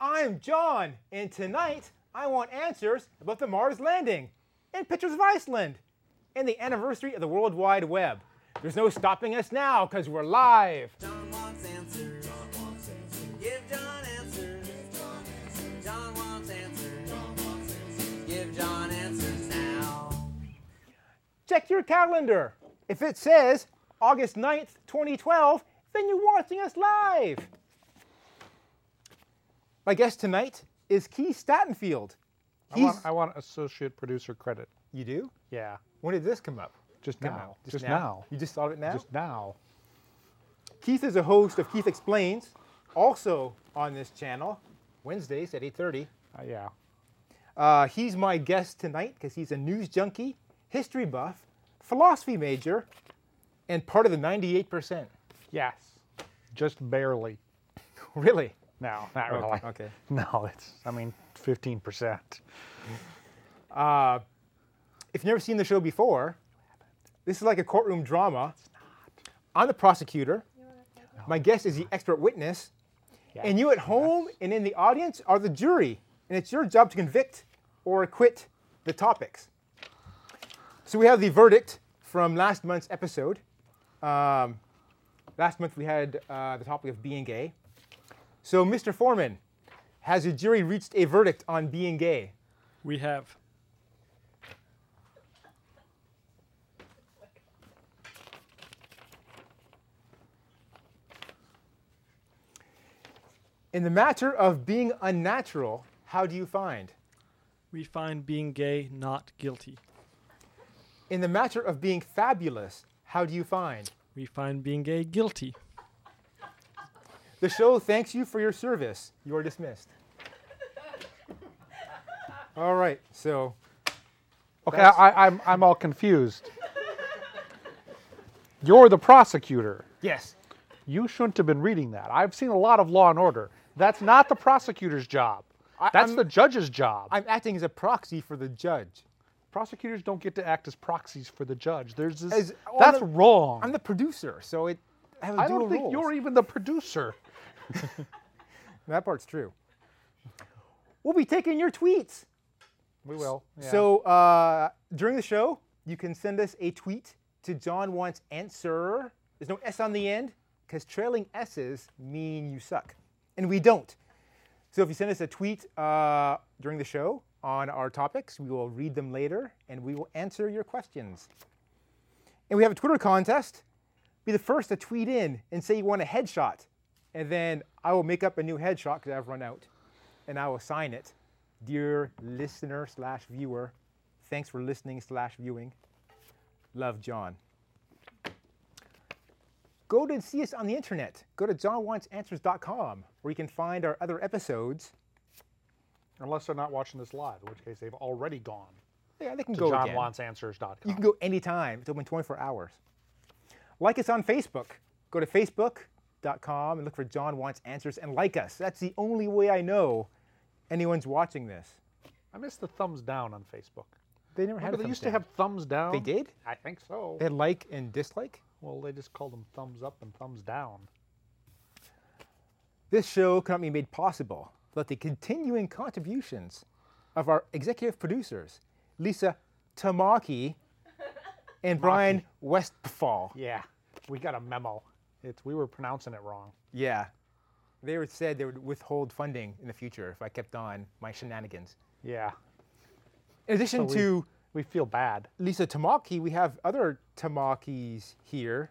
I'm John, and tonight I want answers about the Mars landing, and pictures of Iceland, and the anniversary of the World Wide Web. There's no stopping us now because we're live. John wants answers. John wants answers. Give John answers. Give John answers. John wants answers. John wants answers. Give John answers now. Check your calendar. If it says August 9th, 2012, then you're watching us live. My guest tonight is Keith Statenfield. I want, He's- I want associate producer credit. you do? Yeah. When did this come up? Just Come now. out. Just, now. You just thought of it now? Just now. Keith is a host of Keith Explains, also on this channel, Wednesdays at 8:30. Uh, yeah. Uh, he's my guest tonight because he's a news junkie, history buff, philosophy major, and part of the 98%. Yes. Just barely. Really? No, not Okay, really. okay. No, it's, I mean, 15%. If you've never seen the show before, this is like a courtroom drama. I'm the prosecutor. My guest is the expert witness, and you at home and in the audience are the jury, and it's your job to convict or acquit the topics. So we have the verdict from last month's episode. Um, last month we had uh, the topic of being gay. So, Mr. Foreman, has the jury reached a verdict on being gay? We have. In the matter of being unnatural, how do you find? We find being gay not guilty. In the matter of being fabulous, how do you find? We find being gay guilty. The show thanks you for your service. You are dismissed. All right, so Okay, That's- I, I'm, I'm all confused. You're the prosecutor. yes, You shouldn't have been reading that. I've seen a lot of Law and Order. That's not the prosecutor's job. That's I'm- the judge's job. I'm acting as a proxy for the judge. Prosecutors don't get to act as proxies for the judge. There's this, As- well, that's I'm the- wrong. I'm the producer, so it I have a I dual don't think roles. you're even the producer. that part's true. We'll be taking your tweets. We will. yeah. So uh, during the show, you can send us a tweet to John Wants Answer. There's no S on the end because trailing S's mean you suck. And we don't. So if you send us a tweet uh, during the show on our topics, we will read them later and we will answer your questions. And we have a Twitter contest. Be the first to tweet in and say you want a headshot. And then I will make up a new headshot because I've run out and I will sign it. Dear listener slash viewer, thanks for listening slash viewing. Love John. Go to see us on the internet. Go to johnwantsanswers.com where you can find our other episodes. unless they're not watching this live, in which case they've already gone Yeah, they can to go again. johnwantsanswers.com. You can go anytime. It's open 24 hours. Like us on Facebook. Go to facebook.com and look for John Wants Answers and like us. That's the only way I know anyone's watching this. I miss the thumbs down on Facebook. They never had Remember, a Oh, they used to thumbs have down. thumbs down. They did? I think so. They had like and dislike. well, they just called them thumbs up and thumbs down. This show cannot be made possible without the continuing contributions of our executive producers, Lisa Tamaki and Brian Westphal. Yeah, we got a memo. It's we were pronouncing it wrong. Yeah. They were said they would withhold funding in the future if I kept on my shenanigans. Yeah, In addition we- to we feel bad. Lisa Tamaki, we have other Tamakis here.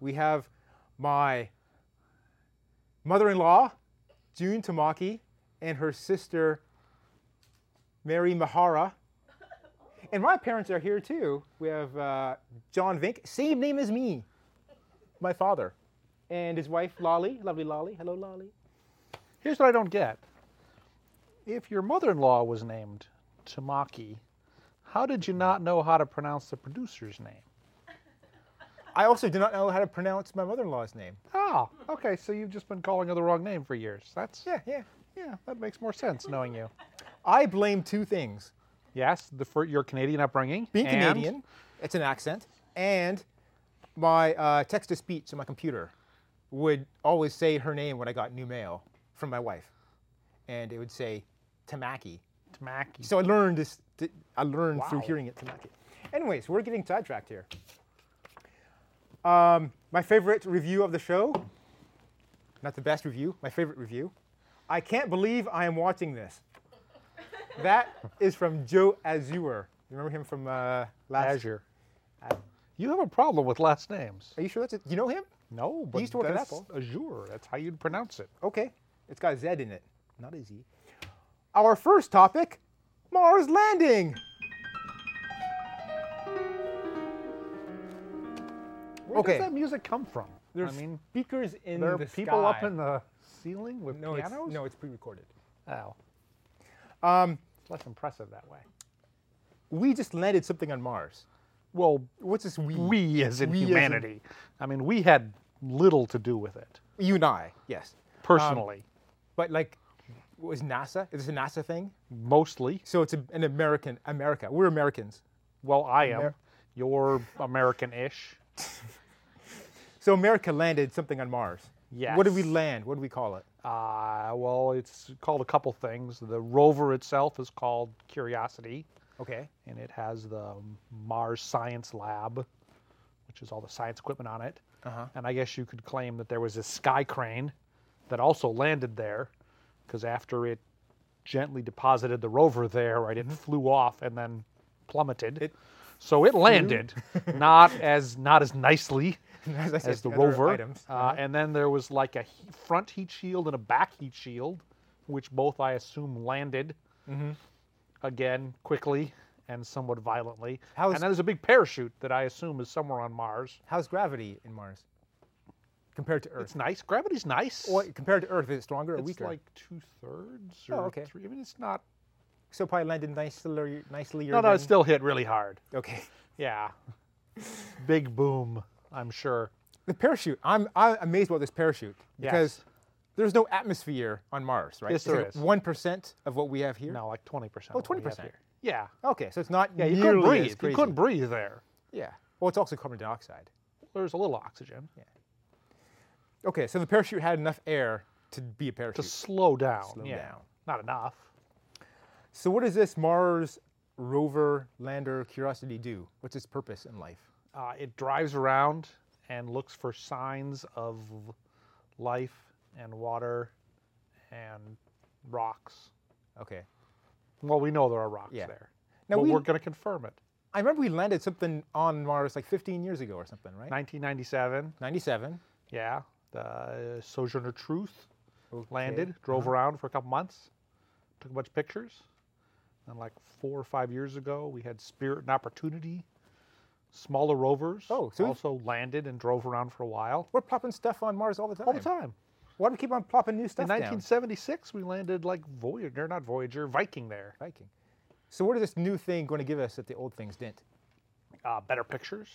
We have my mother in law, June Tamaki, and her sister, Mary Mahara. And my parents are here too. We have uh, John Vink, same name as me, my father, and his wife, Lolly. Lovely Lolly. Hello, Lolly. Here's what I don't get: if your mother-in-law was named Tamaki, how did you not know how to pronounce the producer's name? I also do not know how to pronounce my mother in law's name. Oh, okay. So you've just been calling her the wrong name for years. That's Yeah, yeah. yeah. That makes more sense knowing you. I blame two things. Yes, the for your Canadian upbringing. being and- Canadian, it's an accent, and my uh, text to speech on my computer would always say her name when I got new mail from my wife. and it would say Tamaki. Tamaki. So I learned this. th- I learned through Wow. hearing it Tamaki. Anyways, we're getting sidetracked here. Um, my favorite review of the show. Not the best review. My favorite review. I can't believe I am watching this. That is from Joe Azure. You remember him from uh, last? Azure. You have a problem with last names. Are you sure that's it? You know him? No, but used to work at that's Apple. Azure. That's how you'd pronounce it. Okay. It's got a Z in it, not a Z. Our first topic Mars landing. Where Okay. does that music come from? There's I mean, speakers in there are the people up sky. in the ceiling with no, it's, pianos. no, it's pre-recorded. Ow. Um, It's less impressive that way. we just landed something on Mars. Well, What's this we? we as in We as in- humanity. I mean, we had little to do with it You and I, yes. personally, But like, was NASA? Is this a NASA thing? mostly. So it's a, an American, America. We're Americans. Well, I am. You're American-ish. So America landed something on Mars. What did we Yes. land? What do we call it? Uh, well, it's called a couple things. The rover itself is called Curiosity, Okay. and it has the Mars Science Lab, which is all the science equipment on it. Uh-huh. And I guess you could claim that there was a sky crane that also landed there, because after it gently deposited the rover there, right, it flew off and then plummeted. Mm-hmm. It so it landed, not as not as nicely As, I said, as the other rover. Items. Uh-huh. Uh, And then there was like a he- front heat shield and a back heat shield, which both I assume landed again quickly and somewhat violently. How is- and then there's a big parachute that I assume is somewhere on Mars. How's gravity in Mars compared to Earth? It's nice. Gravity's nice. Well, compared to Earth, is it stronger or it's weaker? like two thirds or Oh, okay. three. I mean, it's not. so probably landed nicely. Nicely. No, no, it still hit really hard. okay. Yeah. big boom, I'm sure. The parachute. I'm, I'm amazed about this parachute because Yes. there's no atmosphere on Mars, right? Yes, there is. One percent of what we have here. No, like 20%. Oh, 20%. Yeah. Okay, so it's not Yeah, you couldn't nearly as breathe. You crazy. couldn't breathe there. Yeah. Well, it's also carbon dioxide. There's a little oxygen. Okay, so the parachute had enough air to be a to parachute. slow down. Slow yeah. down. Not enough. so what does this Mars rover lander Curiosity do? What's its purpose in life? Uh, it drives around and looks for signs of life and water and rocks. Okay. Well, we know there are rocks Yeah. there. Now but we- we're going to confirm it. I remember we landed something on Mars like 15 years ago or something, right? 1997, 97. yeah, the Sojourner Truth landed, Okay. uh-huh. drove around for a couple months, took a bunch of pictures. And like four or five years ago, we had Spirit and Opportunity, smaller rovers, Oh, so we've- also landed and drove around for a while. We're plopping stuff on Mars all the time. All the time. Why do we keep on plopping new stuff In down? 1976, we landed like Voyager, not Voyager, Viking there. Viking. So what is this new thing going to give us that the old things didn't? Uh, better pictures.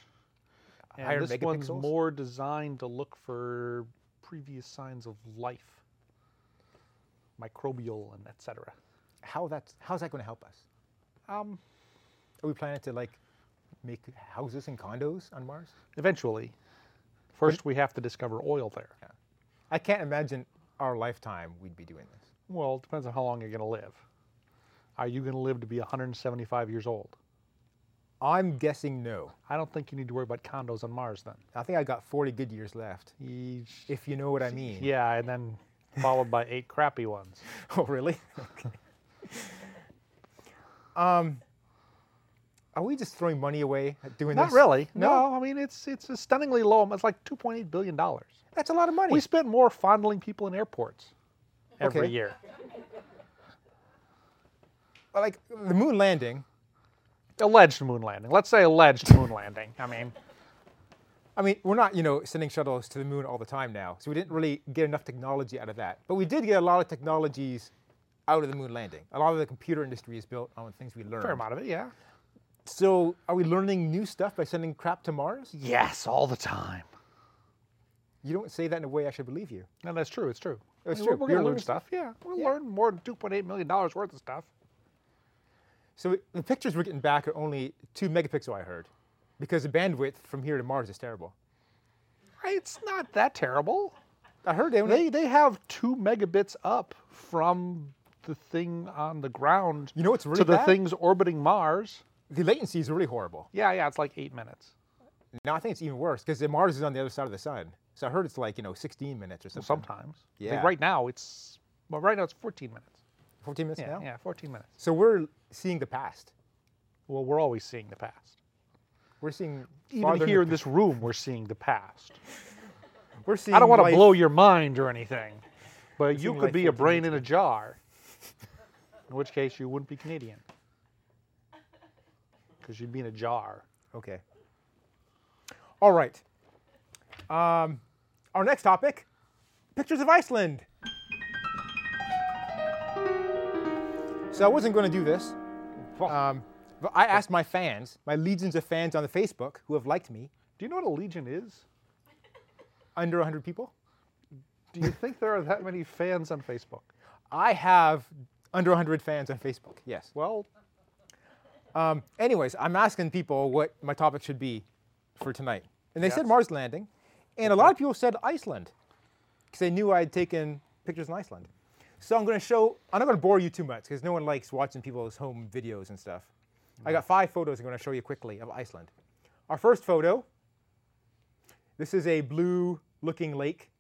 And Ah, Higher this one's megapixels? more designed to look for previous signs of life, microbial and etc. How that's how's that going to help us? Um, Are we planning to like make houses and condos on Mars? eventually, first we have to discover oil there. I can't imagine our lifetime we'd be doing this. Well, it depends on how long you're going to live. Are you going to live to be 175 years old? I'm guessing no. I don't think you need to worry about condos on Mars then. I think I got 40 good years left, if you know what I mean. Yeah, and then followed by eight crappy ones. Oh, really? Okay. um, are we just throwing money away at doing Not this? really. No? No. I mean it's it's a stunningly low. amount. It's like 2.8 billion dollars. That's a lot of money. We spend more fondling people in airports every Okay. year. like the moon landing. Alleged moon landing. Let's say alleged moon landing. I mean, I mean, we're not, you know, sending shuttles to the moon all the time now, so we didn't really get enough technology out of that. But we did get a lot of technologies out of the moon landing. A lot of the computer industry is built on things we learned. fair amount of it. Yeah. So, are we learning new stuff by sending crap to Mars? Yes, all the time. You don't say that in a way I should believe you. And that's true. It's true. That's We're- true. You're We're, gonna learn learning stuff. Yeah, we'll learn more than 2.8 million dollars worth of stuff. So the pictures we're getting back are only two megapixel, I heard, because the bandwidth from here to Mars is terrible. It's not that terrible. I heard they only They they have two megabits up from the thing on the ground You know what's really to the bad? things orbiting Mars. The latency is really horrible. Yeah, yeah, it's like eight minutes. No, I think it's even worse because Mars is on the other side of the sun. So I heard it's like you know 16 minutes or something. Sometimes. Yeah. Like right now, it's well, right now it's 14 minutes. 14 minutes Yeah, now. yeah, 14 minutes. So we're seeing the past. Well, we're always seeing the past. We're seeing Even farther here in the, this room, we're seeing the past. We're seeing. I don't want to life- blow your mind or anything, but you seeing could life be a 14 brain in a jar, in which case you wouldn't be Canadian because you'd be in a jar. Okay. All right. Um, our next topic: pictures of Iceland. So I wasn't going to do this, um, but I asked my fans, my legions of fans on the Facebook who have liked me, Do you know what a legion is? under 100 people. Do you think there are that many fans on Facebook? I have under 100 fans on Facebook. Yes. Well, Anyways, I'm asking people what my topic should be for tonight. And they said Yes. Mars landing. And a lot of people said Iceland because they knew I had taken pictures in Iceland. So I'm going to show, I'm not going to bore you too much because no one likes watching people's home videos and stuff. I got five photos I'm going to show you quickly of Iceland. Our first photo this is a blue looking lake.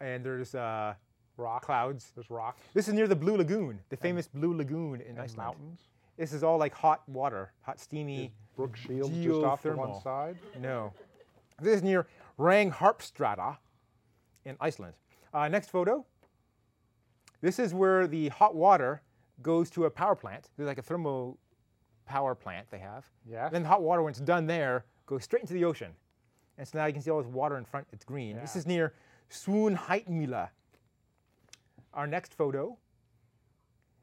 And there's uh, rock clouds. There's rocks This is near the Blue Lagoon, the famous Blue Lagoon in and Iceland. mountains. This is all like hot water, hot steamy. Brook Shield just off to one Geothermal. side. No. This is near Rangharpstrata in Iceland. Uh, next photo. This is where the hot water goes to a power plant. There's like a thermal power plant they have. Yeah. Then the hot water, when it's done there, goes straight into the ocean. And so now you can see all this water in front. It's green. This Yeah. is near Swoonheitmühle. Our next photo.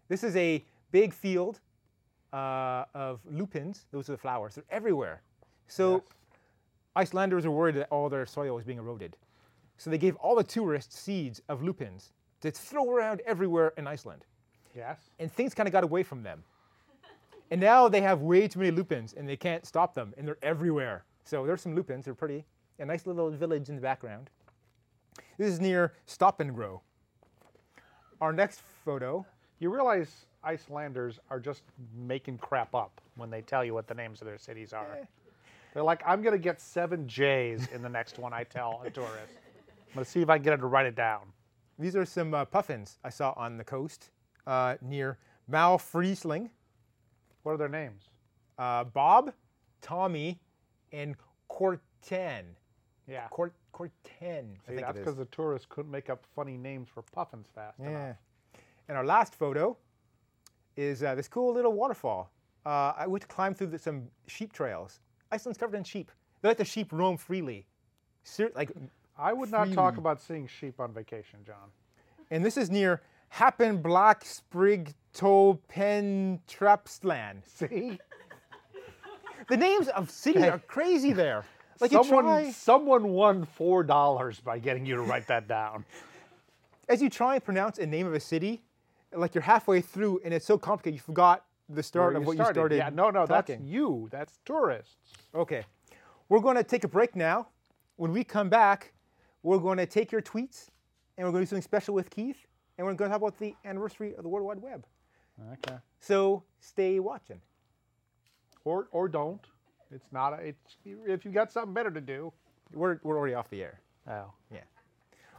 This is a big field uh, of lupins. Those are the flowers. They're everywhere. So Yes. Icelanders were worried that all their soil was being eroded. So they gave all the tourists seeds of lupins to throw around everywhere in Iceland. Yes. And things kind of got away from them. And now they have way too many lupins and they can't stop them and they're everywhere. So there's some lupins, they're pretty. A nice little village in the background. This is near Stop and Grow. Our next photo. You realize Icelanders are just making crap up when they tell you what the names of their cities Eh. are. They're like, I'm going to get seven J's in the next one I tell a tourist. I'm going to see if I can get her to write it down. These are some uh, puffins I saw on the coast uh, near Malfriesling. What are their names? uh, Bob, Tommy, and Corten. Yeah. Cort Corten. I See, think that's it because is. the tourists couldn't make up funny names for puffins fast Yeah. enough. And our last photo is uh, this cool little waterfall. Uh, I went to climb through the, some sheep trails. Iceland's covered in sheep. They let the sheep roam freely. Ser- like, I would not talk Freely. about seeing sheep on vacation, John. and this is near Happen Black Sprig Toe Pen Trapsland. See? The names of cities are crazy there. Like you someone, try, someone won four dollars by getting you to write that down. as you try and pronounce a name of a city, like you're halfway through and it's so complicated you forgot the start Where of what you started. Yeah, no, no, talking. that's you. That's tourists. Okay. We're going to take a break now. When we come back, we're going to take your tweets and we're going to do something special with Keith and we're going to talk about the anniversary of the World Wide Web. Okay. So stay watching. Or or don't. It's not. A, it's if you got something better to do. We're, we're already off the air. Oh. Yeah.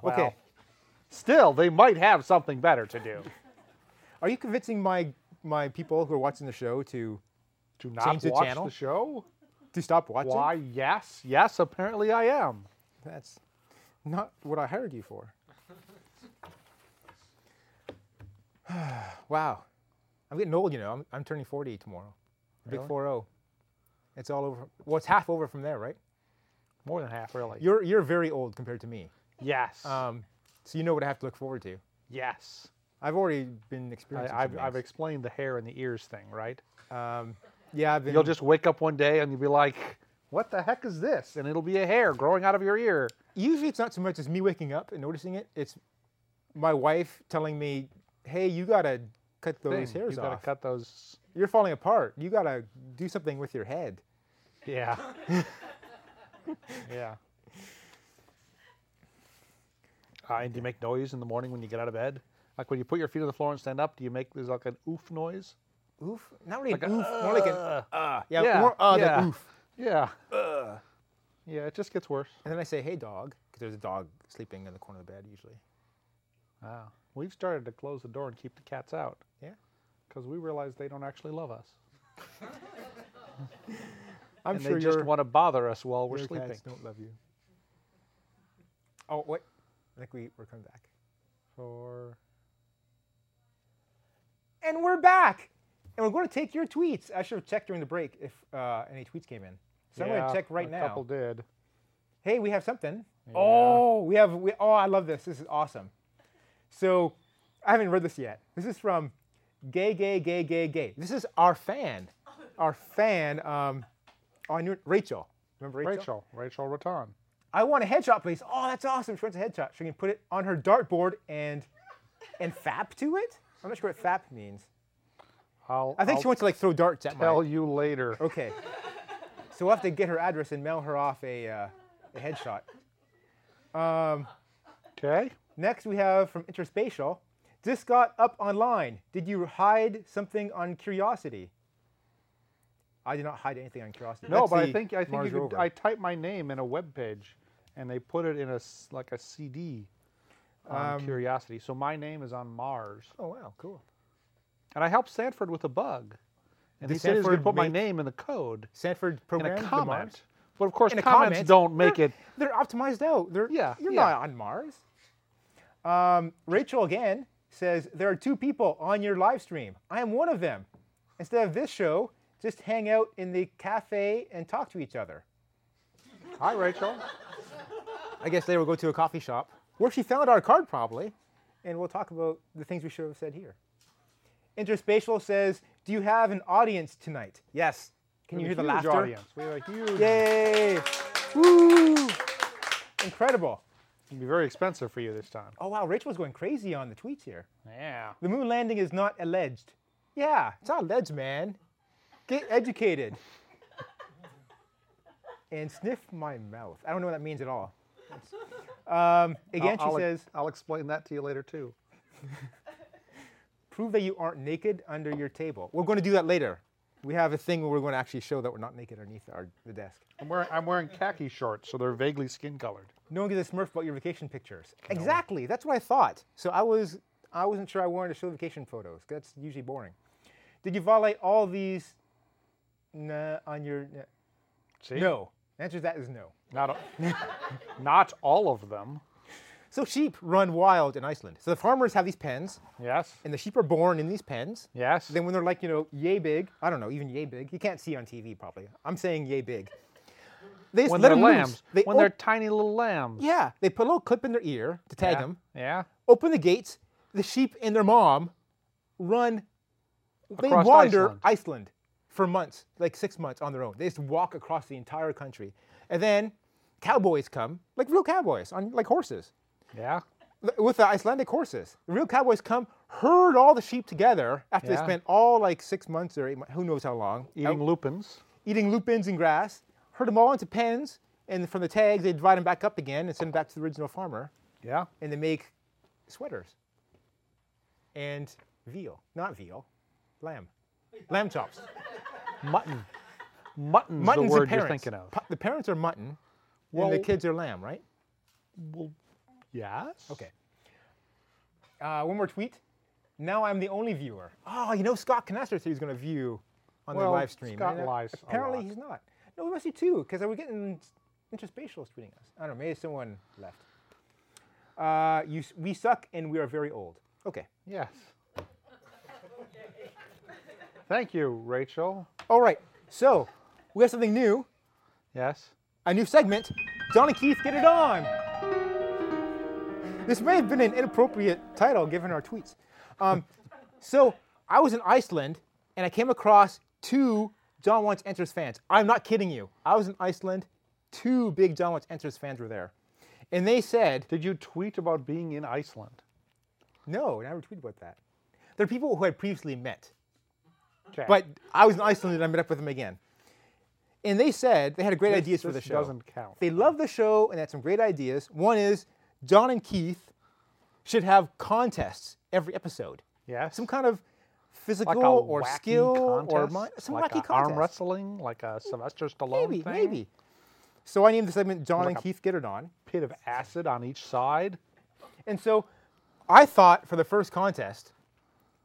Well. Okay. Still, they might have something better to do. Are you convincing my my people who are watching the show to Do not Change the watch channel? the show. to stop watching? Why? Yes, yes. Apparently, I am. That's not what I hired you for. wow. I'm getting old, you know. I'm, I'm turning 40 tomorrow. The Big 40. It's all over. Well, it's half over from there, right? More than half, really. You're, you're very old compared to me. yes. Um, so you know what I have to look forward to. yes. I've already been I, experiencing. I've, some I've things. explained the hair and the ears thing, right? Mm-hmm. yeah, I've been. You'll just wake up one day and you'll be like, "What the heck is this?" And it'll be a hair growing out of your ear. usually it's not so much as me waking up and noticing it. It's my wife telling me, "Hey, you gotta cut those Thing. hairs you gotta off. cut those. You're falling apart. You gotta do something with your head." Yeah. yeah. Uh, and do you make noise in the morning when you get out of bed? Like when you put your feet on the floor and stand up, do you make there's like an oof noise? Oof? Not really an oof, more like an uh. Yeah, yeah, more uh yeah, than oof. Yeah. Yeah, it just gets worse. And then I say, hey, dog, because there's a dog sleeping in the corner of the bed usually. Wow. We've started to close the door and keep the cats out Yeah. because we realize they don't actually love us. I'm and sure they just your- want to bother us while we're your sleeping. cats don't love you. Oh, wait. I think we, we're coming back. For And we're back. And we're going to take your tweets. I should have checked during the break if uh, any tweets came in. So I'm going Yeah, to check right a now. couple did. hey, we have something. Oh, we have. We, oh, I love this. This is awesome. So, I haven't read this yet. This is from Gay Gay Gay Gay Gay. This is our fan, our fan um, on your Rachel. Remember Rachel? Rachel, Rachel Raton. I want a headshot, please. Oh, that's awesome. She wants a headshot. She can put it on her dartboard and and fap to it. I'm not sure what fap means. I'll, I think I'll she wants to like throw darts at tell my. you later. Okay. So we'll have to get her address and mail her off a, uh, a headshot. Okay. Next, we have from Interspatial. Just got up online. Did you hide something on Curiosity? I did not hide anything on Curiosity. No, Let's but I see, think I think Mars you could, rover. I typed my name in a web page, and they put it in a s- like a CD on Curiosity. So my name is on Mars, oh wow, cool. and I helped Sanford with a bug, and Did he said he was going to Sanford put my make- name in the code Sanford in program a comment. But of course, In a comments comment. don't make They're- it. They're optimized out. They're Yeah, You're yeah. not on Mars. Um, Rachel again says there are two people on your live stream. I am one of them. Instead of this show, just hang out in the cafe and talk to each other. Hi, Rachel. I guess they will go to a coffee shop where she found our card probably, and we'll talk about the things we should have said here. Interspatial says, "Do you have an audience tonight?" Yes. Can you hear the Huge laughter? Audience. We have a huge. Yay! Woo! Incredible. It'll be very expensive for you this time. Oh wow, Rachel's going crazy on the tweets here. Yeah. The moon landing is not alleged. Yeah, it's not alleged, man. Get educated. and sniff my mouth. I don't know what that means at all. Um, again, I'll, she I'll- says, I'll explain that to you later too. prove that you aren't naked under your table. We're going to do that later. We have a thing where we're going to actually show that we're not naked underneath our, the desk. I'm wearing I'm wearing khaki shorts, so they're vaguely skin colored. No one gives a smurf about your vacation pictures. Exactly. That's what I thought. So I was I wasn't sure I wanted to show vacation photos. 'cause That's usually boring. Did you violate all these nah, on your nah. See? No. The answer to that is no. Not a- not all of them. So sheep run wild in Iceland. So the farmers have these pens Yes. and the sheep are born in these pens. Yes. Then when they're like, you know, yay big, I don't know, even yay big. You can't see on TV probably. I'm saying yay big. They just when let they're 'em loose. lambs. They when they're op- tiny little lambs. yeah, they put a little clip in their ear to tag Yeah. them. Yeah. open the gates, the sheep and their mom run. They Across wander Iceland. Iceland. for months, like six months on their own. They just walk across the entire country. And then cowboys come, like real cowboys, on like horses, Yeah. th- with the Icelandic horses. The real cowboys come, herd all the sheep together after they Yeah. spent all like six months or eight months, who knows how long, Eating lupins. eating lupins and grass, herd them all into pens, and from the tags, they divide them back up again and send them back to the original farmer Yeah. and they make sweaters and veal, not veal, lamb, lamb chops. Mutton. Mutton's, Mutton's the the word you're parents. thinking of. Pa- the parents are mutton, and Well- the kids are lamb, right? Yes. Okay. Uh, one more tweet. Now I'm the only viewer. Oh, you know Scott Canester said he's going to view on Well, the live stream. Scott and, uh, lies a Apparently lot. he's not. No, we must be two because we're getting interspatials tweeting us. I don't know. Maybe someone left. Uh, you, s- we suck and we are very old. Okay. Yes. Thank you, Rachel. All right. So we have something new. Yes. a new segment, John and Keith Get It On. This may have been an inappropriate title given our tweets. Um, so I was in Iceland and I came across two John Wants Enters fans. I'm not kidding you. I was in Iceland, two big John Wants Enters fans were there. And they said, Did you tweet about being in Iceland? no, and I retweeted about that. They're people who I previously met. Okay. But I was in Iceland and I met up with them again. And they said they had great ideas for the this show. doesn't count. They love the show and had some great ideas. One is John and Keith should have contests every episode. Yeah. Some kind of physical like a or wacky skill or contest, mon- some like wacky a arm contest. wrestling, like a Sylvester Stallone Maybe, thing. maybe. So I named the segment John and Keith Get It On. Pit of acid on each side. And so I thought for the first contest,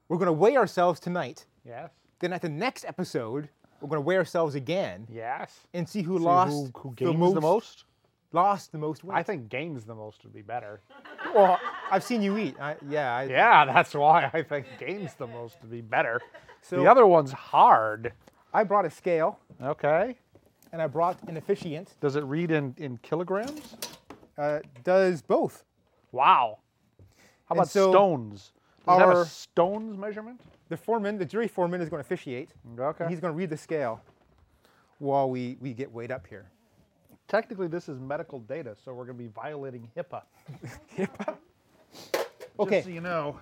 we're going to weigh ourselves tonight. Yes. Then at the next episode, we're going to weigh ourselves again Yes. and see who See lost who, who gains the, most, most? Lost the most weight. I think gains the most would be better. Well, I've seen you eat. I, yeah. I, Yeah, that's why I think gains the most would be better. So- the other one's hard. I brought a scale Okay. and I brought an officiant. Does it read in, in kilograms? Uh, does both. Wow. How And about so stones? Does it have our- a stones measurement? The foreman, the jury foreman, is going to officiate. Okay. He's going to read the scale while we, we get weighed up here. Technically, this is medical data, so we're going to be violating HIPAA. Okay. Just so you know.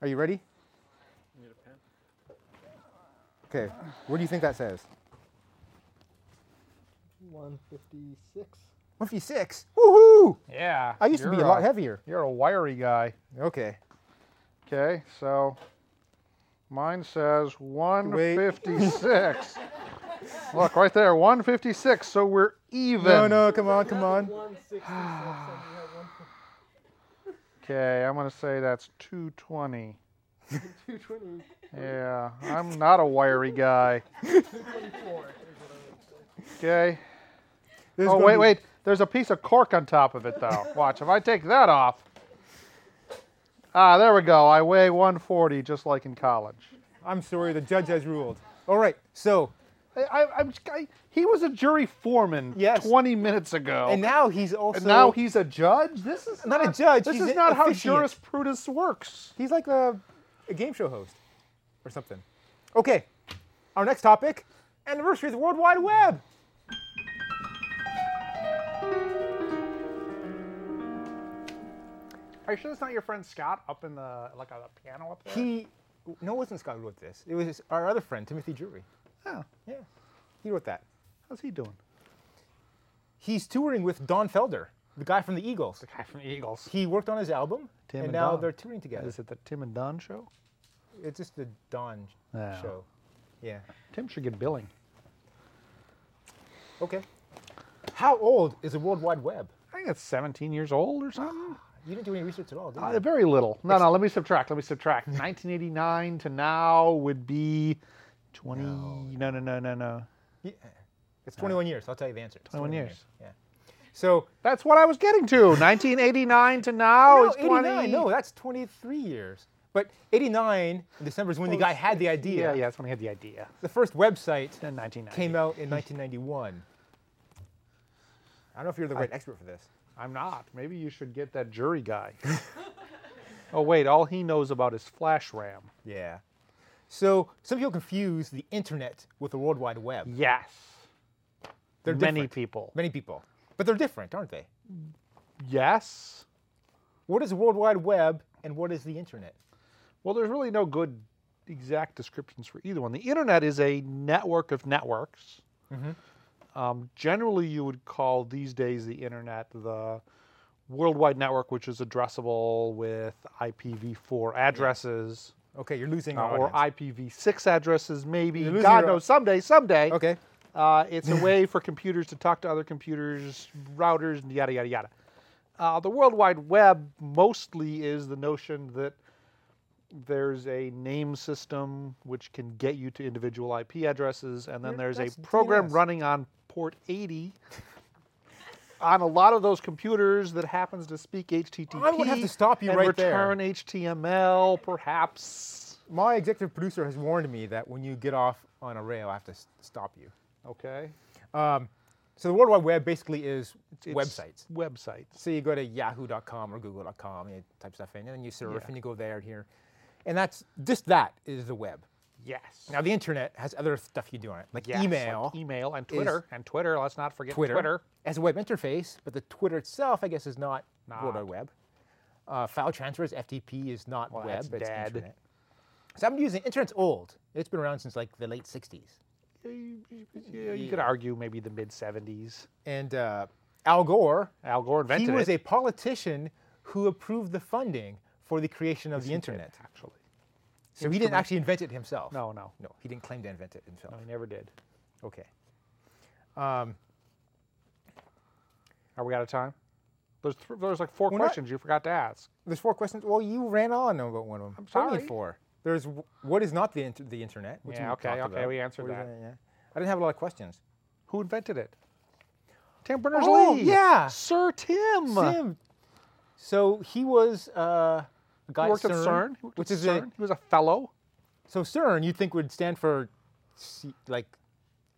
Are you ready? Okay. What do you think that says? 156. 156. Woohoo! Yeah. I used to be you're a lot heavier. You're a wiry guy. Okay. Okay, so mine says 156. Look right there, 156. So we're even. No, no, come on, come on. Okay, I'm gonna say that's 220. 220. Yeah, I'm not a wiry guy. Okay. This is Oh gonna wait, be- wait. There's a piece of cork on top of it though. Watch. If I take that off. Ah, there we go. I weigh 140, just like in college. I'm sorry, the judge has ruled. All right, so, I, I, I'm, I, he was a jury foreman Yes. 20 minutes ago. and now he's also. And now he's a judge? This is Not not, a judge, This he's is an not officiant. how jurisprudence works. He's like a, a game show host or something. Okay, our next topic anniversary of the World Wide Web. Are you sure that's not your friend Scott up in the like on the piano up there? He, no, it wasn't Scott who wrote this. It was our other friend, Timothy Drury. Oh, Yeah, he wrote that. how's he doing? He's touring with Don Felder, the guy from the Eagles. The guy from the Eagles. He worked on his album, Tim and, and now Don. they're touring together. Is it the Tim and Don show? It's just the Don Yeah. show. Yeah. Tim should get billing. Okay. How old is the World Wide Web? I think it's 17 years old or something. You didn't do any research at all, did you? Uh, very little. No, no. Let me subtract. Let me subtract. 1989 to now would be 20. No, no, no, no, no. Yeah. It's 21 years. I'll tell you the answer. It's 21 years. Yeah. So That's what I was getting to. 1989 to now no, is 20. 89. No, that's 23 years. But 89 in December is when the guy had the idea. Yeah, yeah, that's when he had the idea. The first website Then 1990. came out in 1991. I don't know if you're the right expert for this. I'm not. Maybe you should get that jury guy. oh wait, all he knows about is flash RAM. Yeah. So some people confuse the internet with the World Wide Web. Yes. They're Many different. people. Many people. But they're different, aren't they? Yes. What is the World Wide Web and what is the internet? Well, there's really no good exact descriptions for either one. The internet is a network of networks. Mm-hmm. Um, generally, you would call these days the internet the worldwide network, which is addressable with IPv4 addresses. Okay, you're losing uh, our or audience. IPV6 addresses, maybe. You're losing God your- knows, someday, someday. Okay. Uh, it's a way for computers to talk to other computers, routers, and yada, yada, yada. Uh, the World Wide Web mostly is the notion that there's a name system which can get you to individual IP addresses, and then Yeah, there's a that's program DNS. running on port 80 on a lot of those computers that happens to speak HTTP. I'm gonna have to stop you and right there. return HTML, perhaps. My executive producer has warned me that when you get off on a rail, I have to s- stop you. Okay. So the World Wide Web basically is It's websites. Websites. So you go to yahoo.com or google.com, and you type stuff in, and then you surf, Yeah. and you go there and here. And that's just that is the web. Yes. Now, the internet has other stuff you do on it, like Yes, like email, email and is- Twitter. and Twitter, let's not forget Twitter, Twitter. as a web interface, but the Twitter itself, I guess, is not World Not. Wide Web. Uh, file transfers, FTP, is not Well, web, that's it's dead. internet. So I'm using internet's old. It's been around since like the late '60s. Yeah, you, yeah, you could argue maybe the mid 70s. And uh, Al Gore, Al Gore invented he was it. a politician who approved the funding for the creation of the internet. actually. So he didn't actually invent it himself. No, no, No, he didn't claim to invent it himself. no, he never did. Okay. Are we out of time? There's th- there's like 4 We're not- questions you forgot to ask. There's four questions. Well, you ran on about one of them. I'm sorry. four. There's w- what is not the inter- the internet? Which Yeah, you okay, talked okay, about. we answered What is that. yeah. I didn't have a lot of questions. Who invented it? Tim Berners-Lee. Oh, yeah. Sir Tim. Sim. So he was uh, a guy He worked at at CERN, CERN. He worked which at is CERN. a he was a fellow. so CERN. You'd think would stand for C- like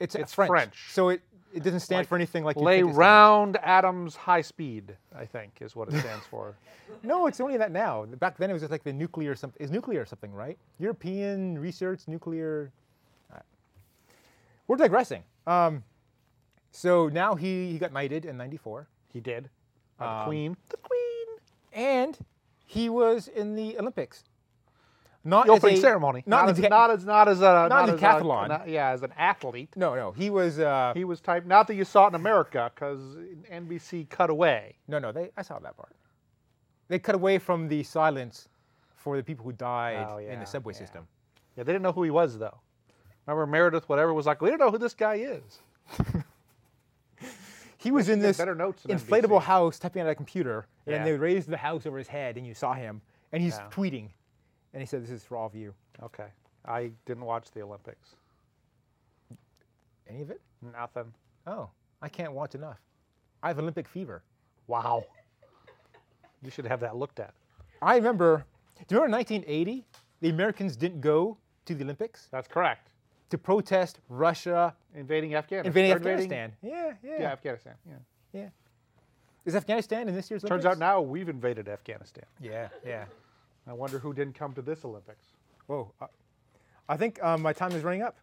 it's, It's French. French. So it it doesn't stand Like, for anything like you'd Lay think it stands. round atoms high speed, I think, is what it stands for. No, it's only that now. Back then it was just like the nuclear something. Is nuclear something right? European research nuclear. All right. We're digressing. Um, so now he, he got knighted in '94, He did. By the Queen. Um, The Queen. and he was in the Olympics. Not The as opening a- ceremony. Not, as, in the, not as not as a not, in as decathlon. A, not- yeah, as an athlete. no, no. He was. Uh, He was type. Not that you saw it in America, because NBC cut away. no, no. They, I saw that part. They cut away from the silence for the people who died Oh, in yeah, the subway yeah. system. Yeah, they didn't know who he was though. Remember Meredith, whatever, was like, we don't know who this guy is. He was in get this better notes than inflatable NBC. house typing on a computer, and Yeah. they raised the house over his head, and you saw him, and he's Yeah. tweeting, and he said, "This is for all of you." Okay, I didn't watch the Olympics. Any of it? Nothing. Oh, I can't watch enough. I have Olympic fever. Wow. You should have that looked at. I remember. Do you remember 1980? The Americans didn't go to the Olympics That's correct. to protest Russia Invading Afghanistan. invading Or Afghanistan. Yeah, yeah, Yeah, yeah, Afghanistan. Yeah. Is Afghanistan in this year's Turns Olympics? out now we've invaded Afghanistan. Yeah, yeah. I wonder who didn't come to this Olympics. Whoa. I, I think um, my time is running up.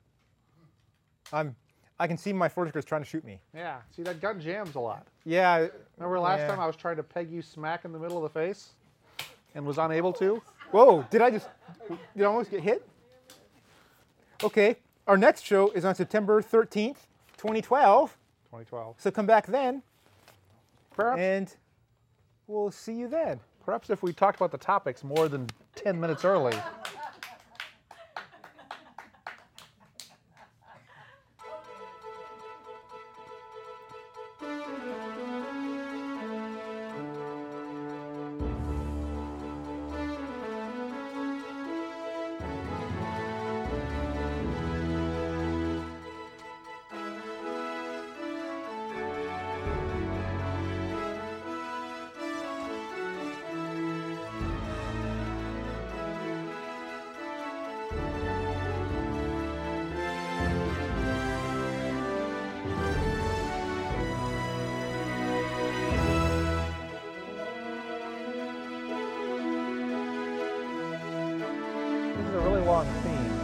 I'm. I can see my forticers trying to shoot me. Yeah. See that gun jams a lot. Yeah. Remember last yeah. time I was trying to peg you smack in the middle of the face, and was unable to. Whoa, did I just did I almost get hit? Okay. Our next show is on September 13th, 2012. 2012. So come back then Perhaps, and we'll see you then. perhaps if we talked about the topics more than 10 minutes early. This is a really long theme.